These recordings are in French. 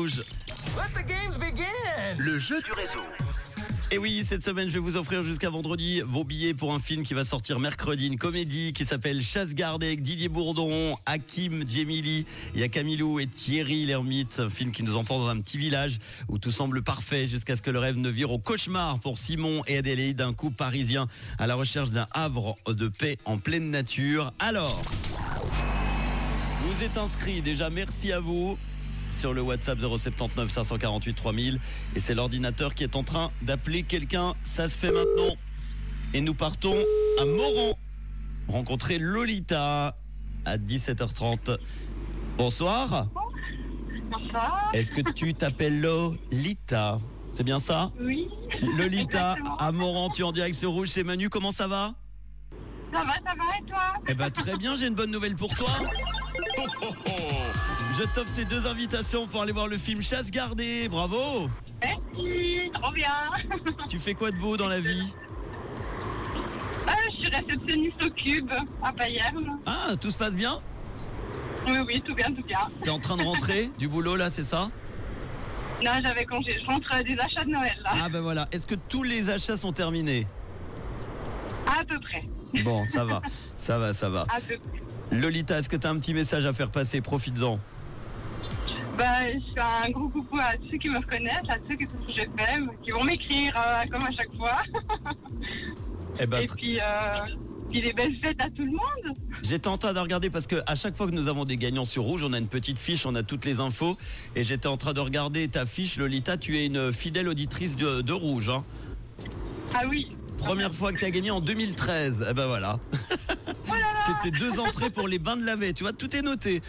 rouge. Let the games begin. Le jeu du réseau. Et oui, cette semaine, je vais vous offrir jusqu'à vendredi vos billets pour un film qui va sortir mercredi, une comédie qui s'appelle Chasse gardée avec Didier Bourdon, Hakim Djemili, il y a Camilou et Thierry l'ermite, un film qui nous emporte dans un petit village où tout semble parfait jusqu'à ce que le rêve ne vire au cauchemar pour Simon et Adélaïde, un couple parisien à la recherche d'un havre de paix en pleine nature. Alors, vous êtes inscrits déjà, merci à vous sur le WhatsApp 079 548 3000 et c'est l'ordinateur qui est en train d'appeler quelqu'un, ça se fait maintenant. Et nous partons à Moran rencontrer Lolita à 17h30. Bonsoir. Bonsoir. Est-ce que tu t'appelles Lolita C'est bien ça Oui. Lolita Exactement. à Moran, tu es en direct sur Rouge, c'est Manu, comment ça va Ça va, ça va et toi Eh ben très bien, j'ai une bonne nouvelle pour toi. Je t'offre tes deux invitations pour aller voir le film Chasse gardée. Bravo Merci. Trop bien. Tu fais quoi de beau dans la vie Ah, je suis réceptionniste au Cube à Payerne. Ah, tout se passe bien Oui, oui, tout bien, tout bien. T'es en train de rentrer du boulot là, c'est ça Là, j'avais congé. Je rentre euh, des achats de Noël, là. Ah ben voilà, est-ce que tous les achats sont terminés À peu près. Bon, ça va, ça va, ça va. À peu près. Lolita, est-ce que t'as un petit message à faire passer Profites-en. Bah, je fais un gros coucou à ceux qui me reconnaissent, à ceux qui savent ce que j'ai fait, qui vont m'écrire euh, comme à chaque fois. Eh ben, et tr- puis, euh, puis les belles fêtes à tout le monde. j'étais en train de regarder parce que à chaque fois que nous avons des gagnants sur Rouge, on a une petite fiche, on a toutes les infos. Et j'étais en train de regarder ta fiche, Lolita. Tu es une fidèle auditrice de, de Rouge. Hein. Ah oui. Première fois que tu as gagné en 2013. Eh ben voilà. Oh C'était deux entrées pour les bains de la veille. Tu vois, tout est noté.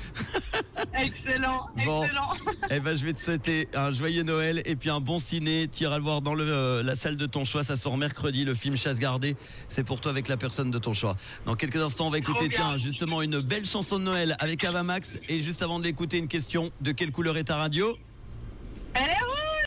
Excellent, Bon. excellent. Eh ben, je vais te souhaiter un joyeux Noël et puis un bon ciné. T'iras le voir dans le, euh, la salle de ton choix. Ça sort mercredi. Le film Chasse gardée, c'est pour toi avec la personne de ton choix. Dans quelques instants, on va écouter, Trop tiens, bien. justement, une belle chanson de Noël avec Ava Max. Et juste avant de l'écouter, une question. De quelle couleur est ta radio? Eh